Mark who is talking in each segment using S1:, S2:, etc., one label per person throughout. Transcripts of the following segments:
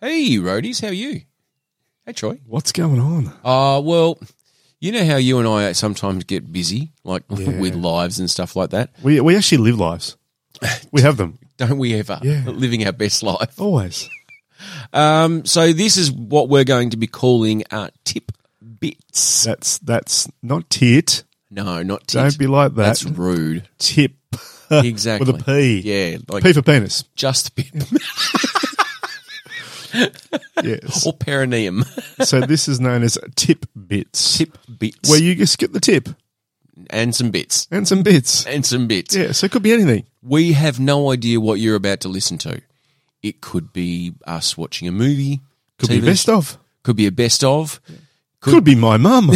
S1: Hey, roadies, how are you? Hey, Troy.
S2: What's going on?
S1: Uh, well, you know how you and I sometimes get busy, like with lives and stuff like that,
S2: We we actually live lives. We have them
S1: don't we ever?
S2: Yeah.
S1: Living our best life.
S2: always.
S1: Um, so this is what we're going to be calling uh, tip bits.
S2: That's that's not tit.
S1: No, not tit.
S2: Don't be like that.
S1: That's rude.
S2: tip.
S1: Exactly.
S2: With a P.
S1: Yeah, like
S2: P for penis.
S1: just bit
S2: Yes.
S1: or perineum.
S2: so this is known as tip bits,
S1: tip bits
S2: where you just get the tip
S1: and some bits
S2: and some bits.
S1: and some bits.
S2: Yeah. So it could be anything.
S1: We have no idea what you're about to listen to. It could be us watching a movie.
S2: Could
S1: TV
S2: be best of.
S1: Could be a best of.
S2: Could, be my mum.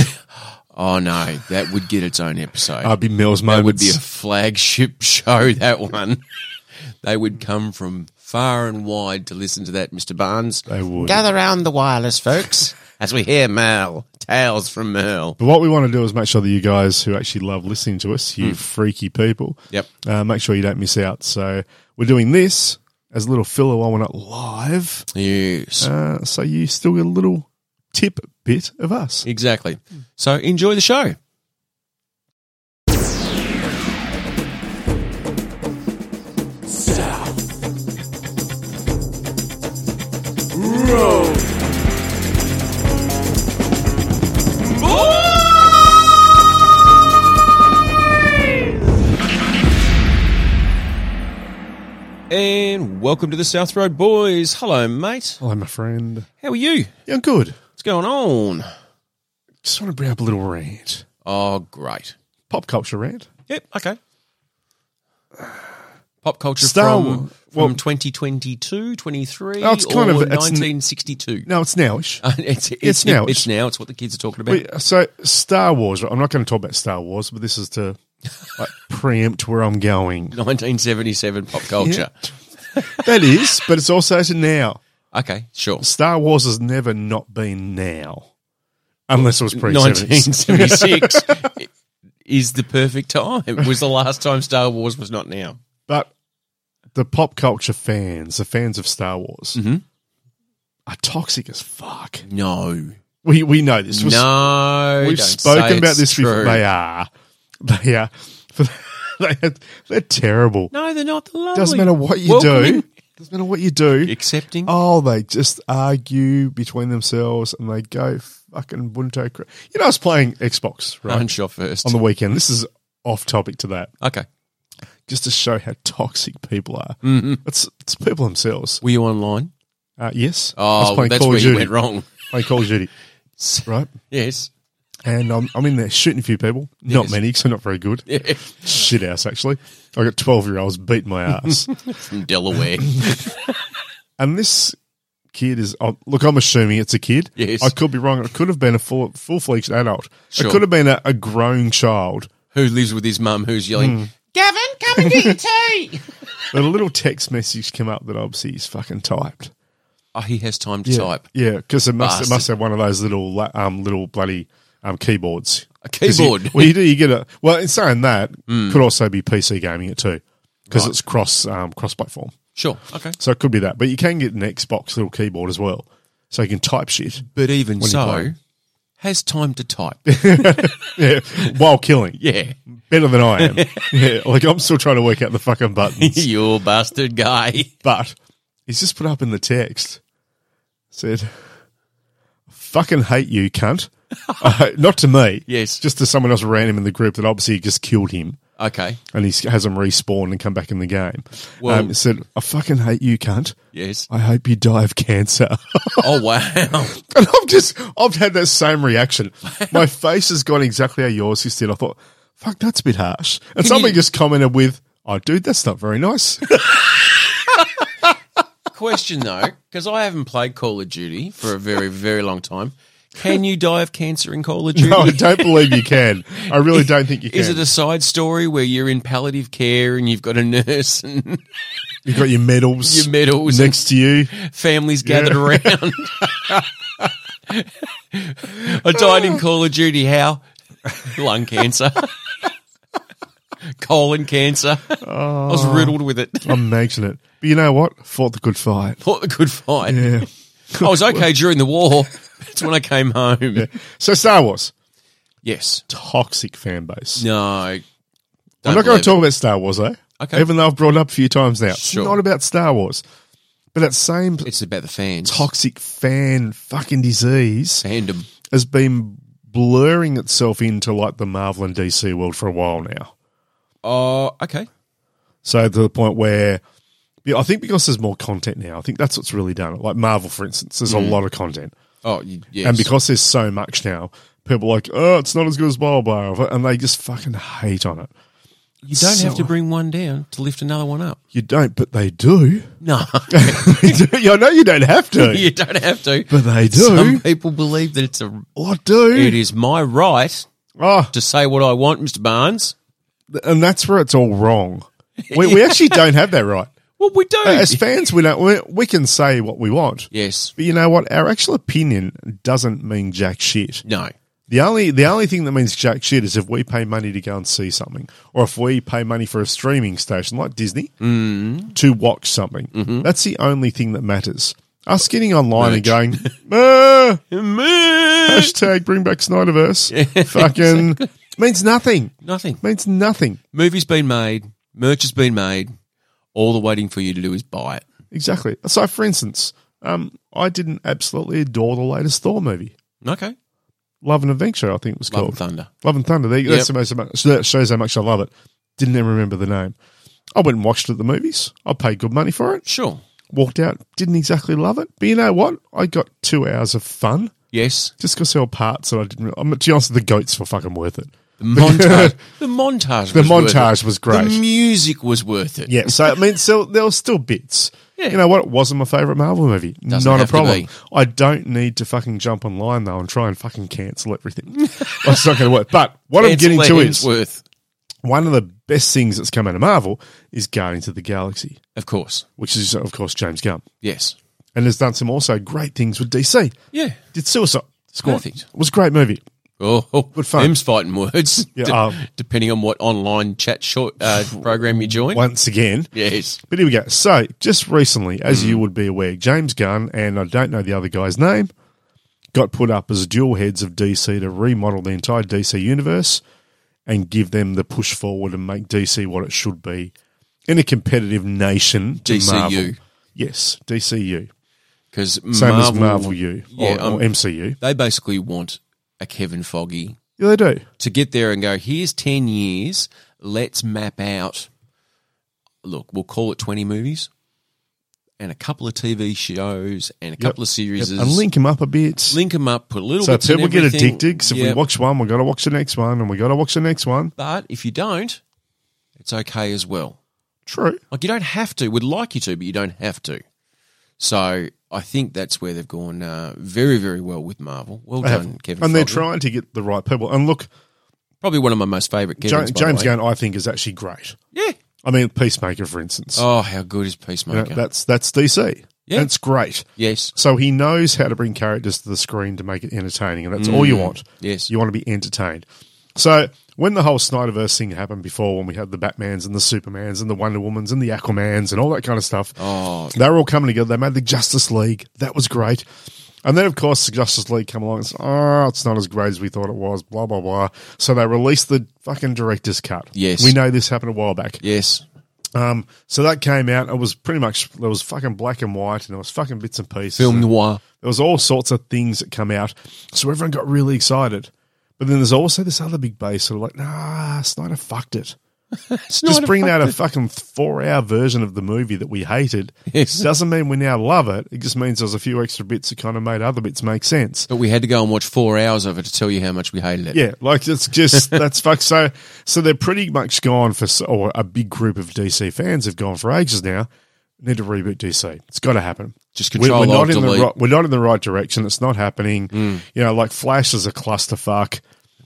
S1: Oh no, that would get its own episode.
S2: I'd be Mel's
S1: that
S2: moments.
S1: would be a flagship show. That one. they would come from far and wide to listen to that, Mister Barnes.
S2: they would.
S1: Gather round the wireless, folks, as we hear Merle tales from Merle.
S2: But what we want to do is make sure that you guys who actually love listening to us,
S1: Hmm.
S2: you freaky people,
S1: Yep.
S2: uh, make sure you don't miss out. So we're doing this as a little filler while we're not live,
S1: Yes,
S2: uh, so you still get a little tip bit of us.
S1: exactly. So enjoy the show. And welcome to the South Road Boys. Hello, mate.
S2: Hello, my friend.
S1: How are you?
S2: Yeah, I'm good.
S1: What's going on?
S2: Just want to bring up a little rant,
S1: Oh, great.
S2: pop culture rant.
S1: Yep. Okay. Pop culture
S2: Star
S1: from,
S2: Wa- well-
S1: from 2022, 23,
S2: Oh, it's kind
S1: or
S2: of- it's n-
S1: 1962.
S2: No, it's nowish.
S1: it's, it's,
S2: It's now.
S1: It's now. It's what the kids are talking about.
S2: We- so Star Wars. right? I'm not going to talk about Star Wars, but this is to like, preempt where I'm going.
S1: 1977 pop culture.
S2: That is, but it's also to now.
S1: Okay, sure.
S2: Star Wars has never not been now, unless it was pre 70s.
S1: 1976 is the perfect time. It was the last time Star Wars was not now.
S2: But the pop culture fans, the fans of Star Wars,
S1: Mhm.
S2: are toxic as fuck.
S1: No.
S2: We we know this. We've-
S1: no.
S2: we've
S1: don't
S2: spoken
S1: say
S2: about
S1: it's
S2: this
S1: true.
S2: before. They are, they are, they are they're terrible.
S1: No, they're not. They're lovely.
S2: Doesn't matter what you
S1: Welcoming.
S2: do. Doesn't matter what you do.
S1: Accepting.
S2: Oh, they just argue between themselves and they go fucking bunto. cra- You know, I was playing Xbox right
S1: Punch off first.
S2: on the weekend. This is off topic to that,
S1: okay.
S2: just to show how toxic people are. Mm-hmm. It's it's people themselves.
S1: Were you online?
S2: Uh, yes, I was
S1: Oh,
S2: playing
S1: that's
S2: Call
S1: where
S2: of
S1: you
S2: Duty.
S1: went wrong.
S2: Playing Call of Duty, right?
S1: Yes.
S2: And I'm, I'm in there shooting a few people. Not
S1: Yes.
S2: many, because I'm not very good. Shit ass, actually. I got twelve year olds beating my ass.
S1: From Delaware.
S2: And this kid is oh, look. I'm assuming it's a kid.
S1: Yes.
S2: I could be wrong. It could have been a full full fledged adult.
S1: Sure.
S2: It could have been a, a grown child.
S1: Who lives with his mum who's
S2: Hmm.
S1: yelling,
S3: Gavin, come and get your tea.
S2: But a little text message came up that obviously he's fucking typed.
S1: oh, he has time to
S2: Yeah.
S1: type.
S2: Yeah, because it must
S1: Bastard.
S2: it must have one of those little la- um little bloody um keyboards.
S1: A
S2: 'Cause you-
S1: keyboard. Mm.
S2: well, you do. You get a well. In saying that, could also be PC gaming it too, because it's cross um, cross platform.
S1: Sure. Okay.
S2: So it could be that. But you can get an Xbox little keyboard as well, so you can type shit.
S1: But even
S2: When you
S1: so,
S2: play.
S1: has time to type.
S2: Yeah, while killing.
S1: yeah.
S2: better than I am. yeah, like I'm still trying to work out the fucking buttons.
S1: you bastard guy.
S2: but he's just put up in the text said, "Fucking hate you, cunt." Uh, not to me.
S1: Yes.
S2: just to someone else random in the group that obviously just killed him,
S1: Okay.
S2: and he has him respawn and come back in the game.
S1: Well-
S2: um, it said, "I fucking hate you, cunt."
S1: Yes.
S2: I hope you die of cancer.
S1: Oh, wow.
S2: and I've just, I've had that same reaction. My face has gone exactly how yours just did. I thought, fuck, that's a bit harsh.
S1: Can
S2: And somebody
S1: you-
S2: just commented with, oh, dude, that's not very nice.
S1: Question, though, because I haven't played Call of Duty for a very, very long time. Can you die of cancer in Call of Duty?
S2: No, I don't believe you can. I really don't think you can.
S1: Is it a side story where you're in palliative care and you've got a nurse and
S2: You've got your medals,
S1: your medals and
S2: next to you.
S1: families gathered around? I died in Call of Duty. How? Lung cancer. Colon cancer. I
S2: Oh.
S1: was riddled with it.
S2: I'm making it. But you know what? Fought the good fight.
S1: Fought the good fight.
S2: Yeah.
S1: I was okay during the war. It's when I came home.
S2: So Star Wars,
S1: Yes.
S2: toxic fan base.
S1: No.
S2: I'm not going to talk about Star Wars though.
S1: Okay.
S2: Even though I've brought it up a few times now, it's
S1: Sure.
S2: not about Star Wars, but that same
S1: It's about the fans.
S2: toxic fan fucking disease
S1: Fandom.
S2: has been blurring itself into like the Marvel and DC world for a while now.
S1: Oh, okay.
S2: So to the point where yeah, I think because there's more content now, I think that's what's really done it. Like Marvel, for instance, there's
S1: Mm.
S2: a lot of content.
S1: Oh, y- yes.
S2: And because there's so much now, people are like, oh, it's not as good as blah, blah, blah. And they just fucking hate on it.
S1: you don't have
S2: so-
S1: to bring one down to lift another one up.
S2: You don't, but they do.
S1: No,
S2: They do. I know you don't have to,
S1: you don't have to.
S2: but they do.
S1: Some people believe that it's a.
S2: Oh, I do.
S1: It is my right
S2: Oh,
S1: to say what I want, Mister Barnes.
S2: and that's where it's all wrong. We, we actually don't have that right.
S1: Well, we don't.
S2: As fans, we don't. We, we can say what we want,
S1: yes.
S2: but you know what? Our actual opinion doesn't mean jack shit.
S1: No.
S2: The only the only thing that means jack shit is if we pay money to go and see something, or if we pay money for a streaming station like Disney
S1: Mm-hmm.
S2: to watch something. That's the only thing that matters. Us getting online and going, "Ah, hashtag bring back Snyderverse, fucking means nothing.
S1: Nothing.
S2: Means nothing.
S1: Movie's been made. Merch has been made. All the waiting for you to do is buy it.
S2: Exactly. So, for instance, um, I didn't absolutely adore the latest Thor movie,
S1: Okay.
S2: Love and Adventure. I think it was
S1: Love
S2: called.
S1: and thunder.
S2: Love and Thunder. There you go. That's the most, so that shows how much I love it. Didn't even remember the name. I went and watched it at the movies. I paid good money for it.
S1: Sure.
S2: Walked out. Didn't exactly love it. But you know what? I got two hours of fun
S1: Yes.
S2: just because there were parts that I didn't. I'm to be honest, the goats were fucking worth it.
S1: The montage. the montage.
S2: The
S1: was worth
S2: montage
S1: it.
S2: was great.
S1: The music was worth it.
S2: Yeah, so I mean, so there were still bits.
S1: Yeah.
S2: You know what? It wasn't my favorite Marvel movie.
S1: Doesn't
S2: Not a
S1: have to
S2: problem.
S1: be.
S2: I don't need to fucking jump online though and try and fucking cancel everything. That's not going to work. But what I'm
S1: It's
S2: getting to is
S1: Hemsworth,
S2: one of the best things that's come out of Marvel is Guardians of the Galaxy,
S1: of course.
S2: which is of course James Gunn,
S1: Yes.
S2: and has done some also great things with DC.
S1: Yeah.
S2: Did Suicide Squad?
S1: Perfect.
S2: It was a great movie.
S1: Oh, oh good
S2: fun.
S1: Them's fighting words.
S2: Yeah,
S1: de-
S2: um,
S1: depending on what online chat short uh, program you join.
S2: Once again,
S1: Yes.
S2: But here we go. So, just recently, as you would be aware, James Gunn and I don't know the other guy's name got put up as dual heads of DC to remodel the entire DC universe and give them the push forward and make DC what it should be in a competitive nation to
S1: DCU.
S2: Marvel. Yes, DCU.
S1: Because
S2: Same
S1: Marvel,
S2: as Marvel U or,
S1: Yeah, um,
S2: or MCU.
S1: they basically want a Kevin Foggy
S2: Yeah, they do.
S1: to get there and go, here's 10 years. Let's map out, look, we'll call it 20 movies and a couple of TV shows and a couple of series.
S2: And link them up a bit.
S1: link them up, put a little
S2: so
S1: bits in
S2: people get
S1: everything.
S2: addicted. 'cause if we
S1: Yep.
S2: watch one, we've got to watch the next one and we've got to watch the next one.
S1: But if you don't, it's okay as well.
S2: True.
S1: Like you don't have to. Would like you to, but you don't have to. So I think that's where they've gone uh, very, very well with Marvel. Well
S2: They have-
S1: done, Kevin.
S2: and they're
S1: Feige.
S2: trying to get the right people. And look,
S1: Probably one of my most favourite
S2: Ja-
S1: Kevins. by the
S2: James
S1: way.
S2: Gunn, I think, is actually great.
S1: Yeah.
S2: I mean, Peacemaker, for instance,
S1: Oh, how good is
S2: You know,
S1: Peacemaker?
S2: that's that's DC.
S1: Yeah.
S2: That's great.
S1: yes.
S2: So he knows how to bring characters to the screen to make it entertaining, and that's all you want.
S1: Mm. Yes.
S2: you want to be entertained. So when the whole Snyderverse thing happened before, when we had the Batman's and the Supermans and the Wonder Womans and the Aquamans and all that kind of stuff,
S1: Oh,
S2: they were all coming together. They made the Justice League. That was great. And then, of course, the Justice League come along and said, oh, it's not as great as we thought it was, blah, blah, blah. So they released the fucking director's cut.
S1: Yes.
S2: We know this happened a while back.
S1: yes.
S2: Um, so that came out. It was pretty much, there was fucking black and white and there was fucking bits and pieces.
S1: Film
S2: And
S1: noir.
S2: There was all sorts of things that come out. So everyone got really excited. But then there's also this other big base that are like, nah, Snyder fucked it. Just bring out a fucking four hour version of the movie that we hated.
S1: Yes.
S2: Doesn't mean we now love it. It just means there's a few extra bits that kind of made other bits make sense.
S1: But we had to go and watch four hours of it to tell you how much we hated it.
S2: Yeah, like it's just that's fuck. So, so they're pretty much gone for, or a big group of DC fans have gone for ages now. Need to reboot DC. It's got to happen.
S1: Just
S2: We-
S1: control
S2: we're not
S1: alt
S2: in
S1: delete. Hmm.
S2: the right, we're not in the right direction. It's not happening. You know, like Flash is a clusterfuck.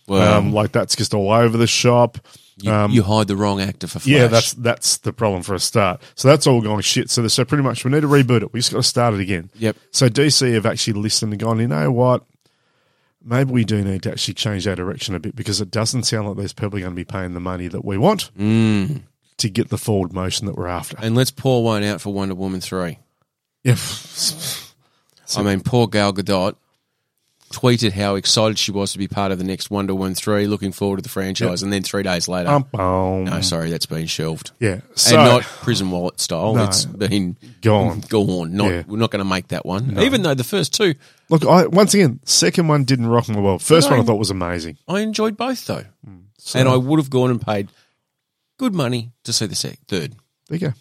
S1: Well-
S2: um, like that's just all over the shop.
S1: You, you hide the wrong actor for Flash.
S2: Yeah, that's that's the problem for a start. So that's all gone shit. So so pretty much we need to reboot it. We just got to start it again.
S1: Yep.
S2: So DC have actually listened and gone. You know what? Maybe we do need to actually change our direction a bit because it doesn't sound like these people are going to be paying the money that we want
S1: Hmm.
S2: to get the forward motion that we're after.
S1: And let's pour one out for Wonder Woman 3.
S2: Yeah.
S1: I mean, poor Gal Gadot tweeted how excited she was to be part of the next Wonder Woman 3, looking forward to the franchise. And then three days later,
S2: Bum, bum.
S1: no, sorry, that's been shelved.
S2: Yeah.
S1: And
S2: Um, So,
S1: not prison wallet style.
S2: No.
S1: It's been
S2: Gone.
S1: Gone. Not,
S2: Yeah.
S1: We're not going to make that one. Even though the first two,
S2: look, I, once again, second one didn't rock my world. First one I
S1: No.
S2: thought was amazing.
S1: I enjoyed both though,
S2: Mm.
S1: and I would have gone and paid good money to see the sec- third.
S2: There you go.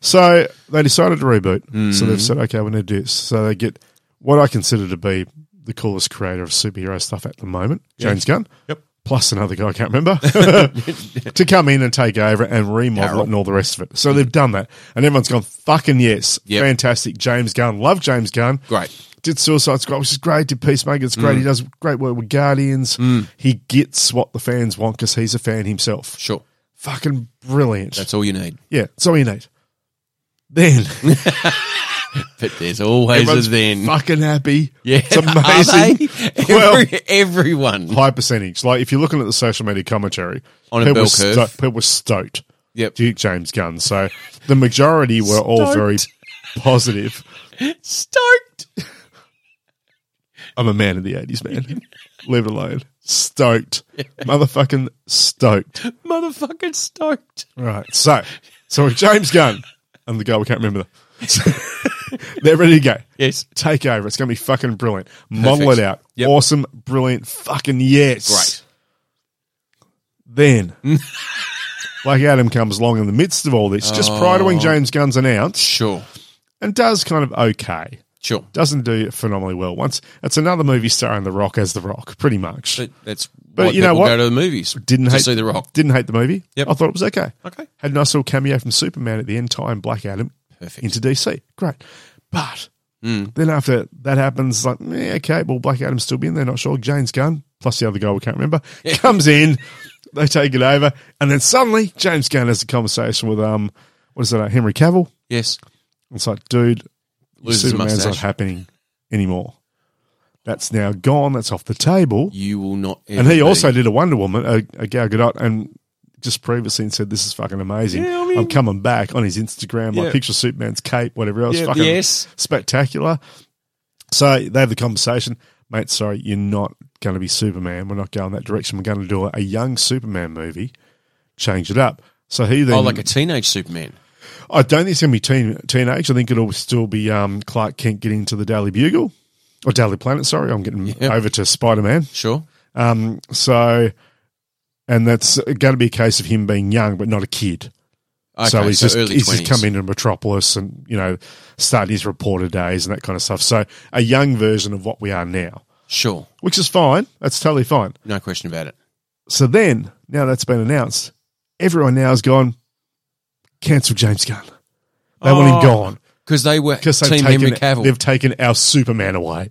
S2: So they decided to reboot. So
S1: Hmm.
S2: they've said, okay, we need to do this. So they get what I consider to be the coolest creator of superhero stuff at the moment, James Gunn. Yep. Plus another guy I can't remember to come in and take over and remodel
S1: Carol. Hmm.
S2: it and all the rest of it. So they've done that, and everyone's gone fucking yes,
S1: Yep.
S2: fantastic. James Gunn, love James Gunn.
S1: Great. Hmm.
S2: Did Suicide Squad, which is great. Did Peacemaker, it's great. He does great work with Guardians. He gets what the fans want because he's a fan himself.
S1: Sure,
S2: Fucking brilliant.
S1: that's all you need.
S2: Yeah, so we need. Then
S1: But there's always a
S2: everyone's
S1: then.
S2: fucking happy.
S1: yeah,
S2: it's amazing.
S1: Are they?
S2: Well-
S1: Every, everyone.
S2: High percentage. Like if you're looking at the social media commentary,
S1: On a
S2: people
S1: bell
S2: were
S1: curve.
S2: sto- people were stoked.
S1: Yep.
S2: Duke James Gunn. So the majority were all very positive.
S1: Stoked.
S2: I'm a man of the 80s, man. Leave it alone. Stoked, motherfucking stoked.
S1: Motherfucking stoked.
S2: Right. So, so with James Gunn and the guy we can't remember, the- they're ready to go.
S1: Yes.
S2: take over. It's going to be fucking brilliant. Model
S1: Perfect.
S2: it out.
S1: Yep.
S2: Awesome, brilliant, fucking yes.
S1: Great.
S2: Then Black Adam comes along in the midst of all this, just prior to
S1: Oh.
S2: when James Gunn's announced,
S1: Sure.
S2: and does kind of okay.
S1: Sure.
S2: Doesn't do phenomenally well. Once it's another movie starring The Rock as The Rock, pretty much.
S1: But that's
S2: But
S1: why
S2: you know
S1: people
S2: what?
S1: Go to the movies.
S2: didn't
S1: to
S2: hate
S1: see the Rock.
S2: Didn't hate the movie.
S1: Yep.
S2: I thought it was okay.
S1: Okay.
S2: Had a nice little cameo from Superman at the end, tying Black Adam
S1: Perfect.
S2: into DC. Great. But
S1: Hmm.
S2: then after that happens, like, eh, okay, well, Black Adam's still been there, not sure. James Gunn, plus the other guy we can't remember, comes in, they take it over, and then suddenly James Gunn has a conversation with, um, what is that, uh, Henry Cavill?
S1: Yes.
S2: It's like, dude,
S1: Loses his
S2: Superman's not
S1: mustache.
S2: happening anymore. That's now gone. That's off the table.
S1: You will not. Ever
S2: And he
S1: be-
S2: also did a Wonder Woman, a, a Gal Gadot, and just previously and said, "This is fucking amazing.
S1: Yeah, I
S2: I
S1: mean-
S2: am coming back on his Instagram.
S1: Yeah.
S2: Like picture Superman's cape, whatever else.
S1: Yeah,
S2: fucking
S1: yes.
S2: spectacular." So they have the conversation, mate. Sorry, you're not going to be Superman. We're not going that direction. We're going to do a young Superman movie. Change it up. So he then.
S1: Oh, like a teenage Superman.
S2: I don't think it's going to be teen, teenage. I think it'll still be um, Clark Kent getting to the Daily Bugle or Daily Planet. Sorry, I'm getting over to Spider Man.
S1: Sure.
S2: Um, so, and that's going to be a case of him being young, but not a kid.
S1: Okay,
S2: so he's just
S1: early
S2: he's
S1: 20s.
S2: just come into Metropolis and you know starting his reporter days and that kind of stuff. So a young version of what we are now,
S1: Sure.
S2: which is fine. That's totally fine.
S1: No question about it.
S2: So then, now that's been announced, everyone now has gone cancel James Gunn. They want
S1: Oh.
S2: him gone
S1: Because they were
S2: because they've
S1: Team
S2: taken
S1: Henry Cavill.
S2: they've taken our Superman away.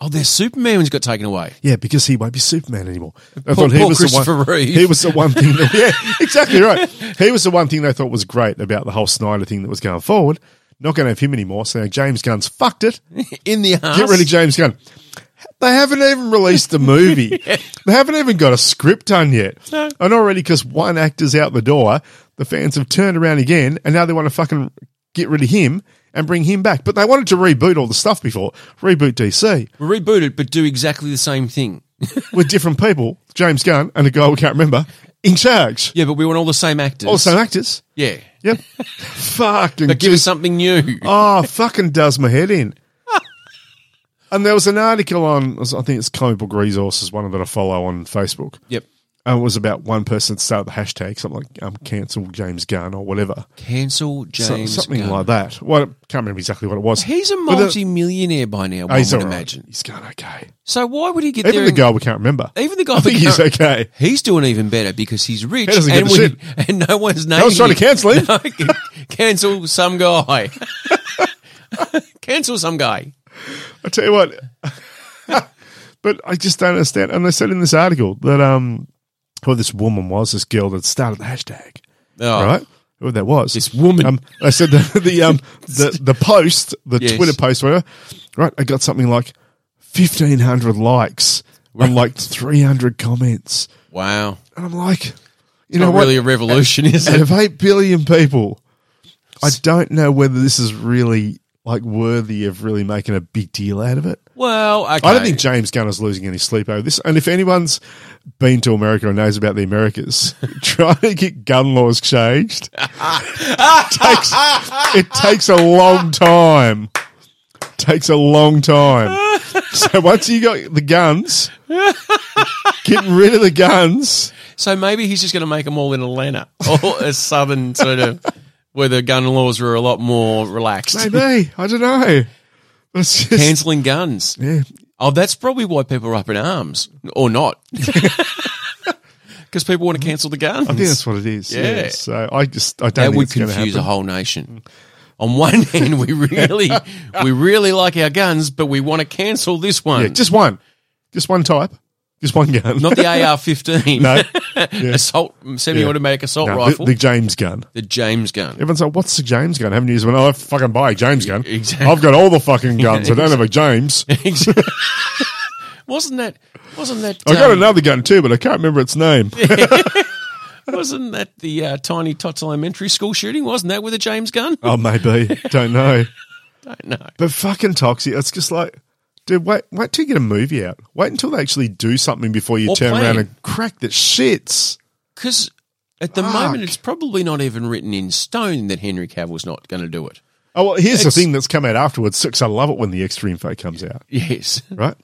S1: oh, their Superman's got taken away.
S2: Yeah, because he won't be Superman anymore. They
S1: Poor-
S2: thought he
S1: poor
S2: was the
S1: Christopher
S2: one,
S1: Reeve.
S2: He was the one thing. That, yeah, exactly right. He was the one thing they thought was great about the whole Snyder thing that was going forward. Not going to have him anymore. So now James Gunn's fucked it.
S1: In the ass.
S2: Get rid of James Gunn. They haven't even released a movie. They haven't even got a script done yet.
S1: No.
S2: And already, because one actor's out the door, the fans have turned around again, and now they want to fucking get rid of him and bring him back. But they wanted to reboot all the stuff before reboot DC
S1: Reboot it, but do exactly the same thing.
S2: with different people, James Gunn and a guy we can't remember, in charge.
S1: Yeah, but we want all the same actors.
S2: All the same actors.
S1: Yeah.
S2: Yep. fucking
S1: But give us
S2: just,
S1: something new.
S2: oh, fucking does my head in. and there was an article on, I think it's Comic Book Resources, one that I follow on Facebook.
S1: Yep.
S2: And it was about one person that started the hashtag, something like um, cancel James Gunn or whatever.
S1: Cancel
S2: So-
S1: James.
S2: something
S1: Gunn.
S2: like that. Well, I can't remember exactly what it was.
S1: He's a
S2: But the-
S1: multi-millionaire by now.
S2: Oh,
S1: One
S2: he's
S1: would
S2: all right.
S1: imagine.
S2: He's going okay.
S1: So why would he get
S2: Even
S1: there?
S2: the
S1: and-
S2: guy we can't remember.
S1: Even the guy.
S2: I think he's okay.
S1: He's doing even better because he's rich
S2: He doesn't give
S1: and,
S2: a shit.
S1: and no one's naming.
S2: I was trying
S1: him.
S2: to cancel him.
S1: No, c- cancel some guy. cancel some guy.
S2: I tell you what, but I just don't understand. And they said in this article that um, who this woman was, this girl that started the hashtag,
S1: Oh,
S2: right? Who that was?
S1: This woman.
S2: Um, I said the the um the, the post, the
S1: Yes.
S2: Twitter post, whatever. Right, I got something like fifteen hundred likes and like three hundred comments,
S1: Wow.
S2: and I'm like, you know
S1: Not
S2: what?
S1: really a revolution, is
S2: Out
S1: it?
S2: of eight billion people, I don't know whether this is really like worthy of really making a big deal out of it.
S1: Well, okay.
S2: I don't think James Gunner's losing any sleep over this. And if anyone's been to America and knows about the Americas, trying to get gun laws changed takes it takes a long time. Takes a long time. So once you got the guns, getting rid of the guns,
S1: so maybe he's just going to make them all in Atlanta or a southern sort of where the gun laws were a lot more relaxed.
S2: maybe I don't know. It's just
S1: Canceling guns.
S2: yeah.
S1: Oh, that's probably why people are up in arms or not. Because people want to cancel the guns.
S2: I think that's what it is. Yeah.
S1: Yeah.
S2: So I just I don't
S1: that
S2: think
S1: would
S2: it's going to
S1: confuse a
S2: happen.
S1: whole nation. On one hand, we really, we really like our guns, but we want to cancel this one.
S2: Yeah, just one, just one type, just one gun.
S1: not the AR-15.
S2: no,
S1: assault semi-automatic assault
S2: no, the-
S1: rifle,
S2: The,
S1: the,
S2: James gun.
S1: James gun.
S2: Everyone's like, "What's the James gun?" I haven't used one. Oh, I fucking buy a James gun.
S1: E- Exactly.
S2: I've got all the fucking guns. I don't have a James.
S1: wasn't that? Wasn't that?
S2: I got
S1: um,
S2: another gun too, but I can't remember its name.
S1: um, Wasn't that the uh, tiny tots elementary school shooting? Wasn't that with a James gun?
S2: oh, maybe. Don't know.
S1: Don't know.
S2: But fucking toxic. It's just like, dude, wait, wait till you get a movie out. Wait until they actually do something before you
S1: Or
S2: turn around
S1: plan.
S2: and crack the shits.
S1: Because at the
S2: Fuck.
S1: moment, it's probably not even written in stone that Henry Cavill's not going to do it.
S2: Oh well, here's the thing that's come out afterwards. Six, I love it when the extra info comes out.
S1: Yes.
S2: right?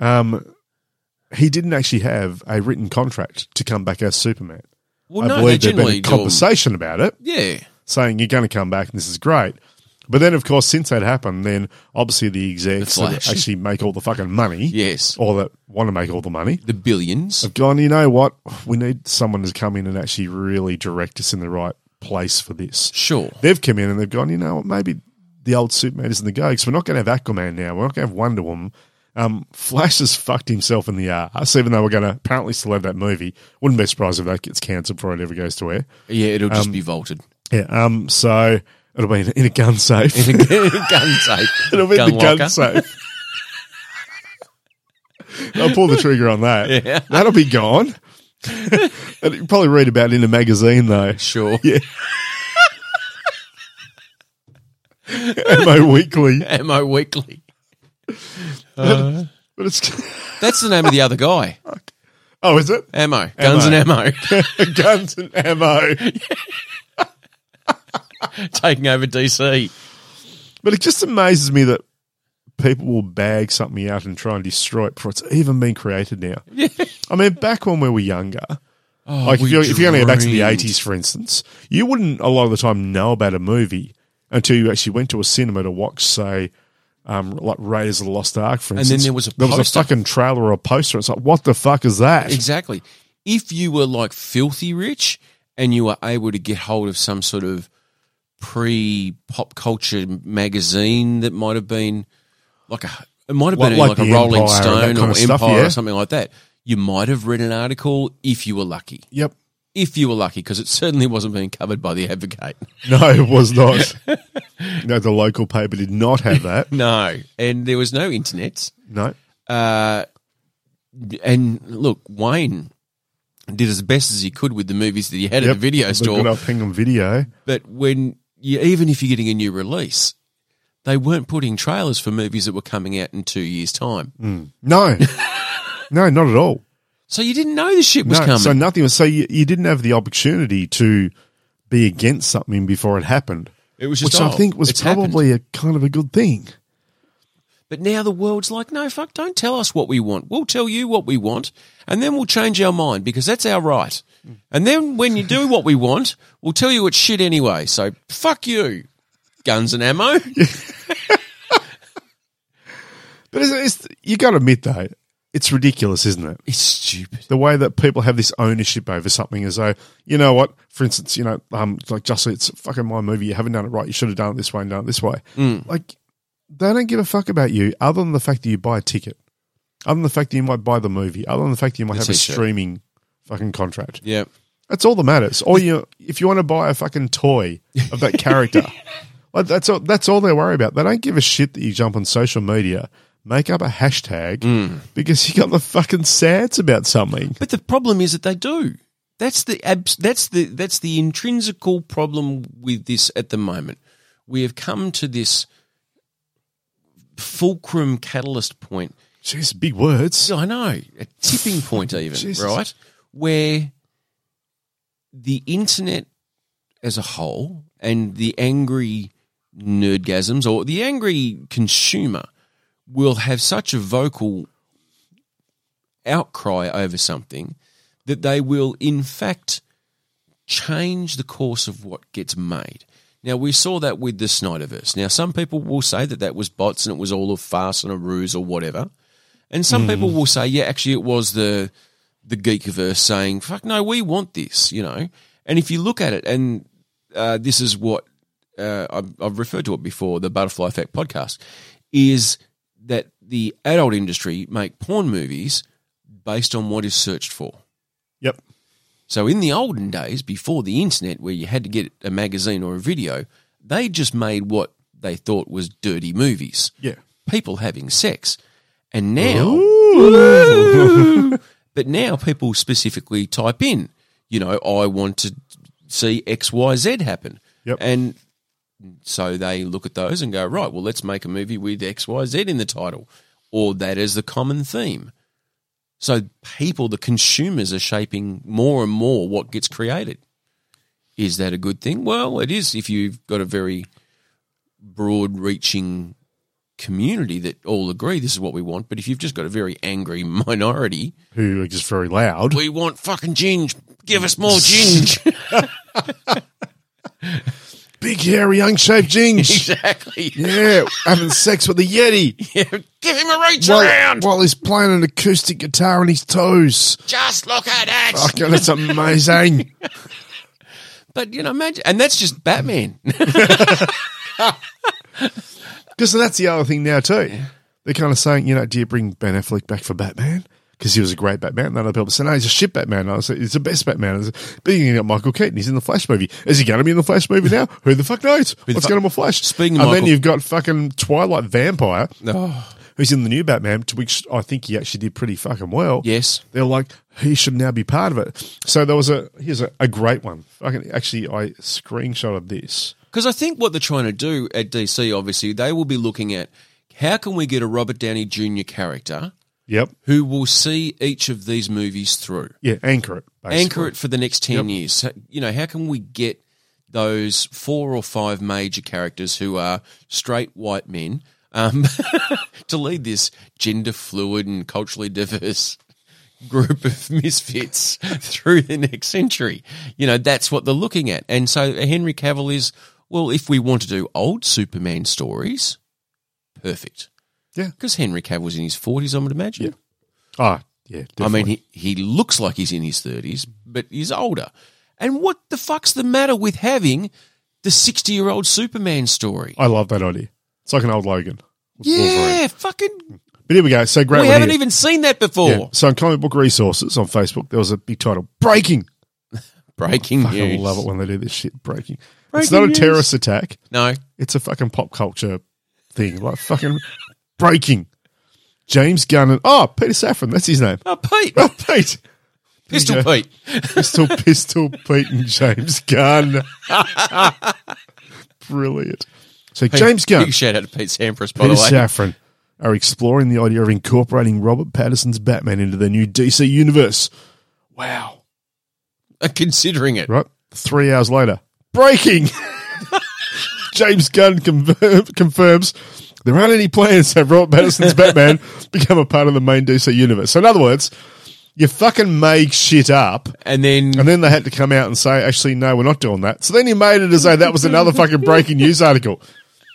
S2: Um, he didn't actually have a written contract to come back as Superman.
S1: Well,
S2: I
S1: no, they
S2: believe there'd been
S1: generally
S2: a
S1: do 'em.
S2: conversation about it,
S1: Yeah.
S2: saying you're going to come back and this is great. But then, of course, since that happened, then obviously the execs
S1: The Flash.
S2: that actually make all the fucking money,
S1: Yes.
S2: or that want to make all the money,
S1: The billions.
S2: have gone. You know what? We need someone to come in and actually really direct us in the right place for this.
S1: Sure.
S2: They've come in and they've gone, you know what, maybe the old Superman isn't the go because we're not going to have Aquaman now. We're not going to have Wonder Woman. Um, Flash has fucked himself in the ass, even though we're going to apparently still have that movie. Wouldn't be surprised if that gets cancelled before it ever goes to air.
S1: Yeah, it'll just be vaulted.
S2: Yeah. Um. So it'll be in, in a gun safe.
S1: gun safe.
S2: it'll be in the
S1: locker.
S2: gun safe. I'll pull the trigger on that.
S1: Yeah.
S2: That'll be gone. And you probably read about it in a magazine though.
S1: Sure.
S2: Yeah. Ammo Weekly.
S1: Ammo Weekly.
S2: But it's
S1: That's the name of the other guy.
S2: oh, is it
S1: Ammo. Guns and ammo.
S2: guns and ammo?
S1: Taking over DC.
S2: But it just amazes me that people will bag something out and try and destroy it before it's even been created. Now, I mean, back when we were younger, like Oh, if
S1: we
S2: you're, if you're going to go back to the
S1: dreamed.
S2: eighties, for instance, you wouldn't a lot of the time know about a movie until you actually went to a cinema to watch, say. Um, like Raiders of the Lost Ark, for
S1: then
S2: instance.
S1: there was a
S2: there was a
S1: poster.
S2: fucking trailer or a poster. It's like, what the fuck is that?
S1: Exactly. If you were like filthy rich and you were able to get hold of some sort of pre pop culture magazine that might have been like a it might have
S2: Like-
S1: been
S2: like
S1: like, a
S2: the
S1: Rolling
S2: Empire and that
S1: Stone
S2: kind
S1: or Empire
S2: of stuff, yeah.
S1: or something like that. You might have read an article if you were lucky.
S2: Yep.
S1: If you were lucky, because it certainly wasn't being covered by the Advocate.
S2: No, it was not. no, the local paper did not have that.
S1: No, and there was no internet.
S2: No.
S1: uh, and look, Wayne did as best as he could with the movies that he had at the video
S2: Good
S1: store.
S2: old Penguin Video.
S1: But when you, even if you're getting a new release, they weren't putting trailers for movies that were coming out in two years' time.
S2: Mm. No. no, not at all.
S1: So you didn't know the shit was
S2: No.
S1: coming.
S2: So nothing was. So you, you didn't have the opportunity to be against something before it happened,
S1: it was just,
S2: which I
S1: oh,
S2: think was
S1: it's happened.
S2: probably a kind of a good thing.
S1: But now the world's like, no, fuck, don't tell us what we want. We'll tell you what we want, and then we'll change our mind because that's our right.
S2: Mm.
S1: And then when you do what we want, we'll tell you it's shit anyway. So fuck you, guns and ammo.
S2: But it's, it's, you got to admit though, it's ridiculous, isn't it?
S1: It's stupid.
S2: the way that people have this ownership over something is though, you know what, for instance, you know, um, like Justly, it's fucking my movie. You haven't done it right. You should have done it this way and done it this way.
S1: Mm.
S2: Like, they don't give a fuck about you other than the fact that you buy a ticket, other than the fact that you might buy the movie, other than the fact that you might
S1: The
S2: have a
S1: t-shirt.
S2: streaming fucking contract.
S1: Yeah.
S2: That's all that matters. Or you, if you want to buy a fucking toy of that character, like that's all. That's all they worry about. They don't give a shit that you jump on social media, make up a hashtag because you got the fucking sads about something.
S1: But the problem is that they do. That's the abs- that's the that's the intrinsical problem with this at the moment. We have come to this fulcrum catalyst point.
S2: Jeez, big words.
S1: I know, a tipping point, even,
S2: Jesus.
S1: right? Where the internet as a whole and the angry nerdgasms or the angry consumer will have such a vocal outcry over something that they will, in fact, change the course of what gets made. Now, we saw that with the Snyderverse. Now, some people will say that that was bots and it was all a farce and a ruse or whatever. And some people will say, yeah, actually, it was the the geekiverse saying, "Fuck no, we want this," you know. And if you look at it, and uh, this is what uh, I've, I've referred to it before, the Butterfly Effect podcast is that the adult industry make porn movies based on what is searched for.
S2: Yep.
S1: So in the olden days, before the internet, where you had to get a magazine or a video, they just made what they thought was dirty movies
S2: Yeah.
S1: people having sex. And now, Ooh. but now people specifically type in, you know, I want to see XYZ happen.
S2: Yep.
S1: And so they look at those and go, right, well, let's make a movie with XYZ in the title. Or that is the common theme. So people, the consumers, are shaping more and more what gets created. Is that a good thing? Well, it is if you've got a very broad reaching community that all agree this is what we want. But if you've just got a very angry minority,
S2: Who are just very loud.
S1: we want fucking ginge. Give us more ginge.
S2: Big, hairy, unshaved ginge.
S1: exactly.
S2: yeah. Having sex with a Yeti
S1: Yeah. Give him a reach
S2: while,
S1: around.
S2: while he's playing an acoustic guitar on his toes.
S1: Just look at it.
S2: Okay, that's amazing.
S1: But you know, imagine, and that's just Batman.
S2: Because that's the other thing now too. They're kind of saying, you know, do you bring Ben Affleck back for Batman? Because he was a great Batman. And other people say, no, he's a shit Batman. And I was like, he's the best Batman. I was like, But you know, Michael Keaton, he's in the Flash movie. Is he going to be in the Flash movie now? Who the fuck knows? What's
S1: fuck-
S2: going on with Flash?
S1: Speaking of
S2: and
S1: Michael-
S2: then you've got fucking Twilight Vampire,
S1: Oh.
S2: who's in the new Batman, to which I think he actually did pretty fucking well.
S1: Yes.
S2: They were like, he should now be part of it. So there was a, here's a, a great one. Fucking, actually, I screenshotted this.
S1: Because I think what they're trying to do at DC, obviously, they will be looking at how can we get a Robert Downey Jr. character
S2: Yep.
S1: who will see each of these movies through.
S2: Yeah, anchor it. Basically.
S1: anchor it for the next 10 years. So, You know, how can we get those four or five major characters who are straight white men um, to lead this gender fluid and culturally diverse group of misfits through the next century? You know, that's what they're looking at. And so Henry Cavill is, well, if we want to do old Superman stories, perfect.
S2: Yeah.
S1: Because Henry Cavill's in his 40s, I would imagine.
S2: Yeah. Ah, yeah.
S1: I
S2: definitely.
S1: mean, he, he looks like he's in his 30s, but he's older. And what the fuck's the matter with having the 60 year old Superman story?
S2: I love that idea. It's like an old Logan. with Wolverine.
S1: yeah, fucking.
S2: But here we go. So great.
S1: we
S2: one
S1: haven't
S2: here.
S1: even seen that before.
S2: Yeah. So on comic book resources on Facebook, there was a big title: "Breaking."
S1: Breaking
S2: Fucking
S1: news.
S2: love it when they do this shit. Breaking. it's
S1: Breaking
S2: not a
S1: news.
S2: terrorist attack.
S1: No.
S2: It's a fucking pop culture thing. Like fucking breaking. James Gunn and oh Peter Safran. That's his name.
S1: Oh, Pete.
S2: Oh, Pete.
S1: Pistol
S2: Yeah.
S1: Pete.
S2: Pistol, pistol, Pete and James Gunn. Brilliant. So James Gunn.
S1: Big shout out to Pete Sampras, by
S2: Peter
S1: the way.
S2: Safran are exploring the idea of incorporating Robert Patterson's Batman into their new DC universe. Wow.
S1: Uh, Considering it.
S2: Right? Three hours later, breaking! James Gunn confirm, confirms there aren't any plans to have Robert Patterson's Batman become a part of the main DC universe. So, in other words, you fucking make shit up.
S1: And then.
S2: And then they had to come out and say, actually, no, we're not doing that. So then he made it as though that was another fucking breaking news article.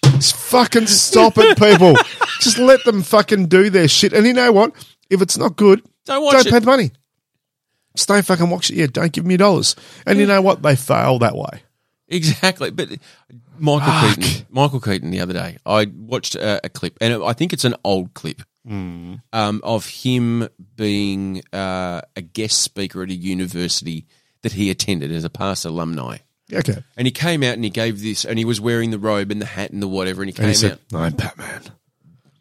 S2: Just fucking stop it, people. Just let them fucking do their shit. And you know what? If it's not good,
S1: Don't watch
S2: don't pay
S1: it.
S2: the money. Just don't fucking watch it. Yeah, don't give me dollars. And you know what? They fail that way.
S1: Exactly, but Michael Keaton. Michael Keaton the other day, I watched a, a clip, and I think it's an old clip
S2: Hmm.
S1: um, of him being uh, a guest speaker at a university that he attended as a past alumni.
S2: Okay.
S1: And he came out and he gave this, and he was wearing the robe and the hat and the whatever, and he
S2: And
S1: came
S2: he said,
S1: out.
S2: no, I'm Batman.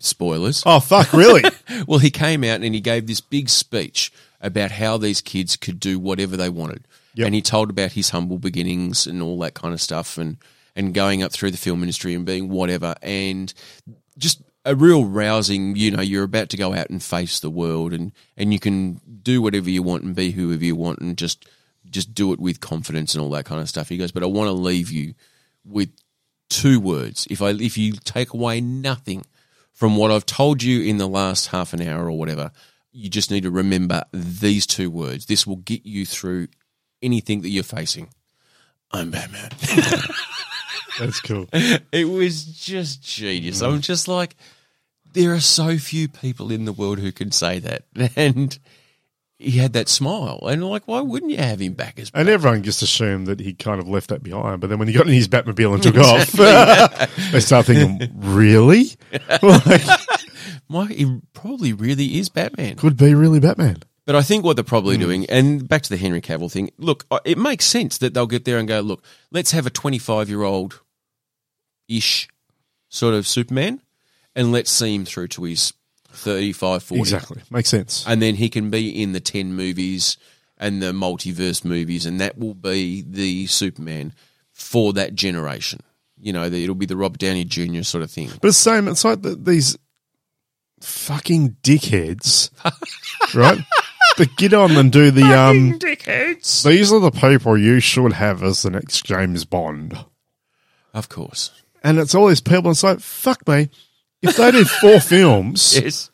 S1: Spoilers.
S2: Oh, fuck, really?
S1: Well, he came out and he gave this big speech about how these kids could do whatever they wanted.
S2: Yep.
S1: And he told about his humble beginnings and all that kind of stuff and, and going up through the film industry and being whatever. And just a real rousing, you know, you're about to go out and face the world and, and you can do whatever you want and be whoever you want and just just do it with confidence and all that kind of stuff. He goes, but I want to leave you with two words. If I if you take away nothing from what I've told you in the last half an hour or whatever, you just need to remember these two words. This will get you through anything that you're facing. I'm Batman.
S2: That's cool.
S1: It was just genius. I'm just like, there are so few people in the world who can say that. And he had that smile. And like, why wouldn't you have him back as
S2: And everyone just assumed that he kind of left that behind. But then when he got in his Batmobile and took off, they start thinking, really? Like,
S1: my he probably really is Batman.
S2: could be really Batman.
S1: But I think what they're probably doing, and back to the Henry Cavill thing, look, I- it makes sense that they'll get there and go, look, let's have a 25 year old ish sort of Superman and let's see him through to his 35, 40.
S2: Exactly. Makes sense.
S1: and then he can be in the 10 movies and the multiverse movies and that will be the superman for that generation you know the, it'll be the robert downey jr sort of thing
S2: But it's the same. It's like the, these fucking dickheads, right? That get on and do the um.
S1: dickheads
S2: These are the people you should have as the next James Bond.
S1: of course
S2: And it's all these people. It's like fuck me. If they did four films,
S1: yes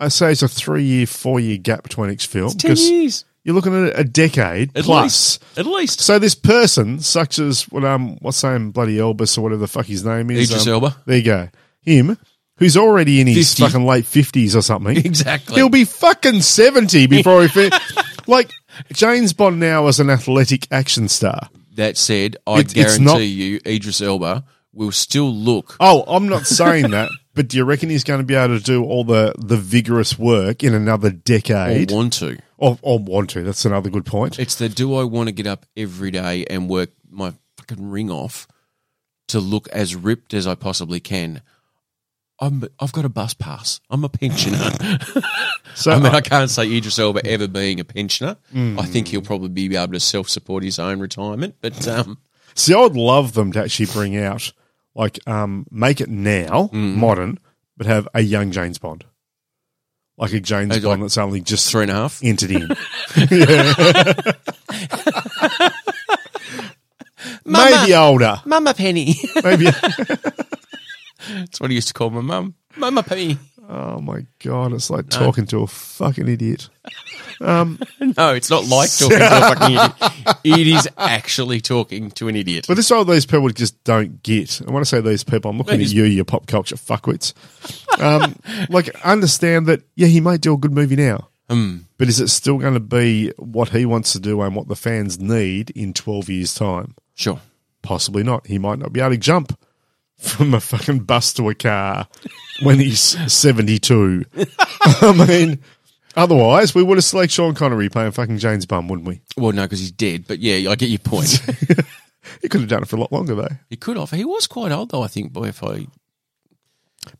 S2: I say it's a three-year, four-year gap between each film.
S1: 10
S2: because
S1: years
S2: You're looking at a decade
S1: at
S2: plus.
S1: least at least
S2: So this person, such as what um, what's his name, bloody Elvis or whatever the fuck his name is,
S1: Idris
S2: um,
S1: Elba.
S2: There you go. Him, who's already in his
S1: 50.
S2: fucking late fifties or something.
S1: Exactly.
S2: He'll be fucking seventy before he. Fin- like James Bond now is an athletic action star.
S1: that said i
S2: It's- it's
S1: guarantee
S2: not-
S1: you idris elba will still look
S2: Oh, I'm not saying that, but do you reckon he's going to be able to do all the the vigorous work in another
S1: or
S2: decade?
S1: want to
S2: Or, or want to? That's another good point.
S1: It's the do Oh. I want to get up every day and work my fucking ring off to look as ripped as I possibly can. I'm, I've got a bus pass. I'm a pensioner.
S2: So uh,
S1: I mean, I can't say Idris Elba ever being a pensioner. I think he'll probably be able to self support his own retirement. But um,
S2: See, I would love them to actually bring out, like, um, make it now,
S1: Mm.
S2: modern, but have a young James Bond. Like a James
S1: Like-
S2: Bond that's only just
S1: three and a half.
S2: entered in. Maybe older.
S1: Mama Penny.
S2: Maybe.
S1: That's what I used to call my mum. Mama Penny.
S2: oh my God. It's like talking to a fucking idiot.
S1: No, Oh, it's not like talking to a fucking idiot. It is actually talking to an idiot.
S2: But this all these people just don't get. And when I say these people, I'm looking at
S1: These-
S2: you, you pop culture fuckwits. Um, like, understand that, yeah, he may do a good movie now. But is it still going to be what he wants to do and what the fans need in 12 years' time?
S1: Sure.
S2: Possibly not. He might not be able to jump from a fucking bus to a car when he's 72. I mean, otherwise, we would have selected Sean Connery playing fucking James Bond, wouldn't we?
S1: Well, no, because he's dead. But yeah, I get your point.
S2: He could have done it for a lot longer, though.
S1: He could have. He was quite old though. I think. Boy, if I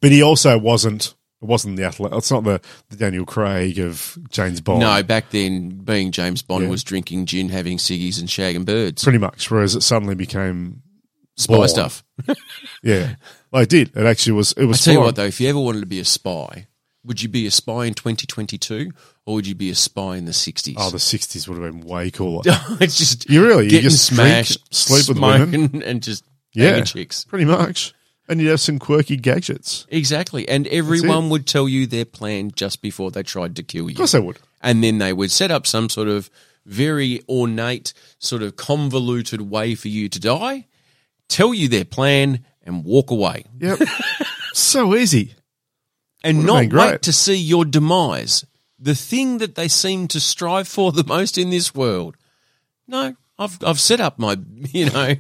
S2: But he also wasn't. It wasn't the athlete. It's not the, the Daniel Craig of James Bond.
S1: no, back then being James Bond was drinking gin, having ciggies, and shagging birds,
S2: pretty much. Whereas it suddenly became,
S1: spy
S2: Bond.
S1: stuff.
S2: yeah, well, it did. It actually was. It was.
S1: Tell you
S2: foreign.
S1: what though, if you ever wanted to be a spy, would you be a spy in 2022 or would you be a spy in the 60s?
S2: oh, the sixties would have been way cooler.
S1: it's just
S2: You really, you
S1: getting
S2: just drink,
S1: smashed,
S2: sleep with
S1: smoking,
S2: women,
S1: and just
S2: Yeah.
S1: yeah, chicks.
S2: pretty much. And you'd have some quirky gadgets.
S1: Exactly, and everyone would tell you their plan just before they tried to kill you.
S2: Of course, they would.
S1: and then they would set up some sort of very ornate, sort of convoluted way for you to die, tell you their plan, and walk away,
S2: Yep. so easy.
S1: and
S2: Would've been
S1: not
S2: great.
S1: wait to see your demise. The thing that they seem to strive for the most in this world. No, I've I've set up my you know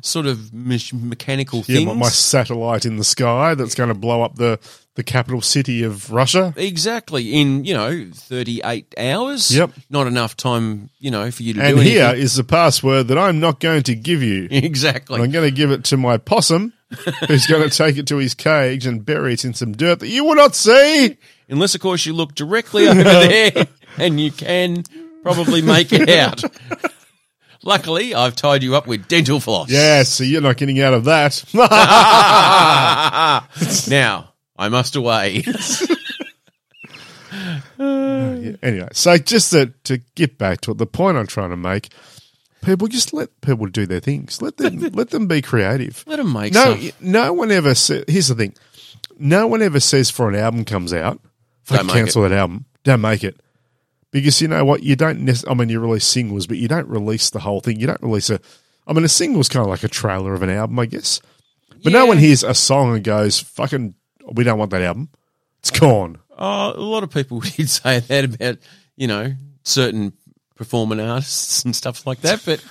S1: sort of mech- mechanical
S2: Yeah,
S1: things.
S2: my, my satellite in the sky that's going to blow up the the capital city of Russia.
S1: Exactly in you know thirty eight hours.
S2: Yep.
S1: not enough time you know for you to
S2: And
S1: do anything.
S2: here is the password that I'm not going to give you.
S1: exactly.
S2: I'm going to give it to my possum, who's going to take it to his cage and bury it in some dirt that you will not see.
S1: Unless, of course, you look directly over there and you can probably make it out. Luckily, I've tied you up with dental floss.
S2: Yeah, so you're not getting out of that.
S1: now, I must away.
S2: Yeah, Anyway, so just to, to get back to it, the point I'm trying to make, people just let people do their things. Let them let them be creative.
S1: Let 'em make
S2: no.
S1: stuff.
S2: No one ever. Sa- here's the thing: no one ever says for an album comes out,
S1: Don't
S2: fucking
S1: make
S2: cancel that album. Don't make it. Because you know what, you don't. Nec- I mean, you release singles, but you don't release the whole thing. You don't release a. I mean, a single's kind of like a trailer of an album, I guess. But no
S1: Yeah.
S2: one hears a song and goes, "Fucking, we don't want that album. It's gone."
S1: Oh, a lot of people did say that about you know certain performing artists and stuff like that, but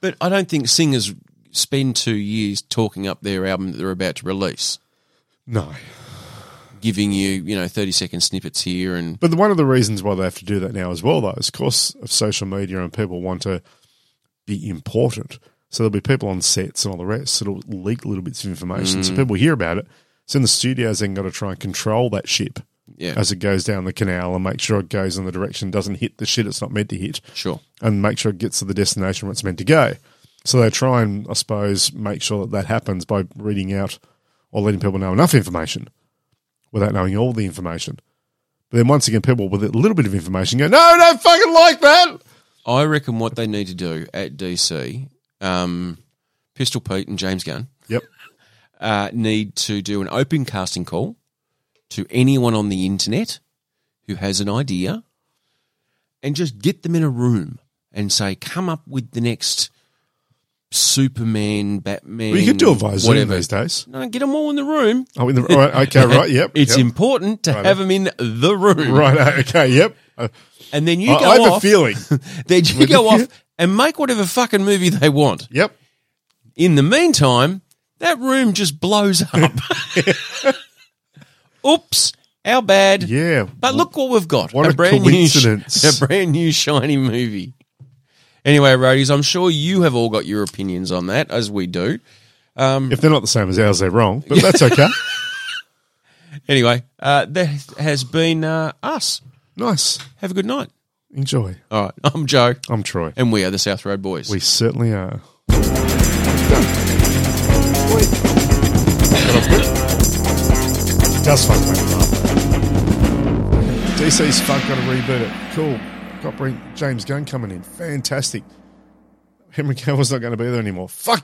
S1: but I don't think singers spend two years talking up their album that they're about to release,
S2: No.
S1: giving you you know thirty second snippets here and
S2: But the, one of the reasons why they have to do that now as well, though, is of course of social media and people want to be important. So there'll be people on sets and all the rest that'll leak little bits of information. So people hear about it. So in the studios, then got to try and control that ship
S1: yeah,
S2: as it goes down the canal and make sure it goes in the direction, doesn't hit the shit it's not meant to hit,
S1: sure,
S2: and make sure it gets to the destination where it's meant to go. So they try and, I suppose, make sure that that happens by reading out or letting people know enough information without knowing all the information. But then once again, people with a little bit of information go, no, I don't fucking like that.
S1: I reckon what they need to do at DC, um, Pistol Pete and James Gunn
S2: Yep.
S1: uh, need to do an open casting call to anyone on the internet who has an idea and just get them in a room and say, come up with the next Superman, Batman.
S2: Well, you could do it via Zoom
S1: whatever.
S2: these days.
S1: No, get them all in the room.
S2: Oh, in the, all right, okay, right, yep.
S1: It's
S2: yep.
S1: important to have them in the room.
S2: Right, okay, yep. Uh,
S1: And then you
S2: I,
S1: go
S2: I have
S1: off.
S2: a feeling.
S1: then you go off and make whatever fucking movie they want.
S2: Yep.
S1: In the meantime, that room just blows up. Oops, our bad.
S2: Yeah.
S1: But look what we've got.
S2: What a coincidence.
S1: New, a brand new shiny movie. Anyway, roadies, I'm sure you have all got your opinions on that, as we do.
S2: If they're not the same as ours, they're wrong, but that's okay.
S1: Anyway, uh, that has been uh, us.
S2: nice.
S1: Have a good night.
S2: Enjoy.
S1: All right, I'm Joe,
S2: I'm Troy.
S1: and we are the South Road Boys.
S2: We certainly are. Does Funk make me laugh? DC's Funk got to reboot it. Cool. Got to bring James Gunn coming in. Fantastic. Henry Cavill's not going to be there anymore. Fuck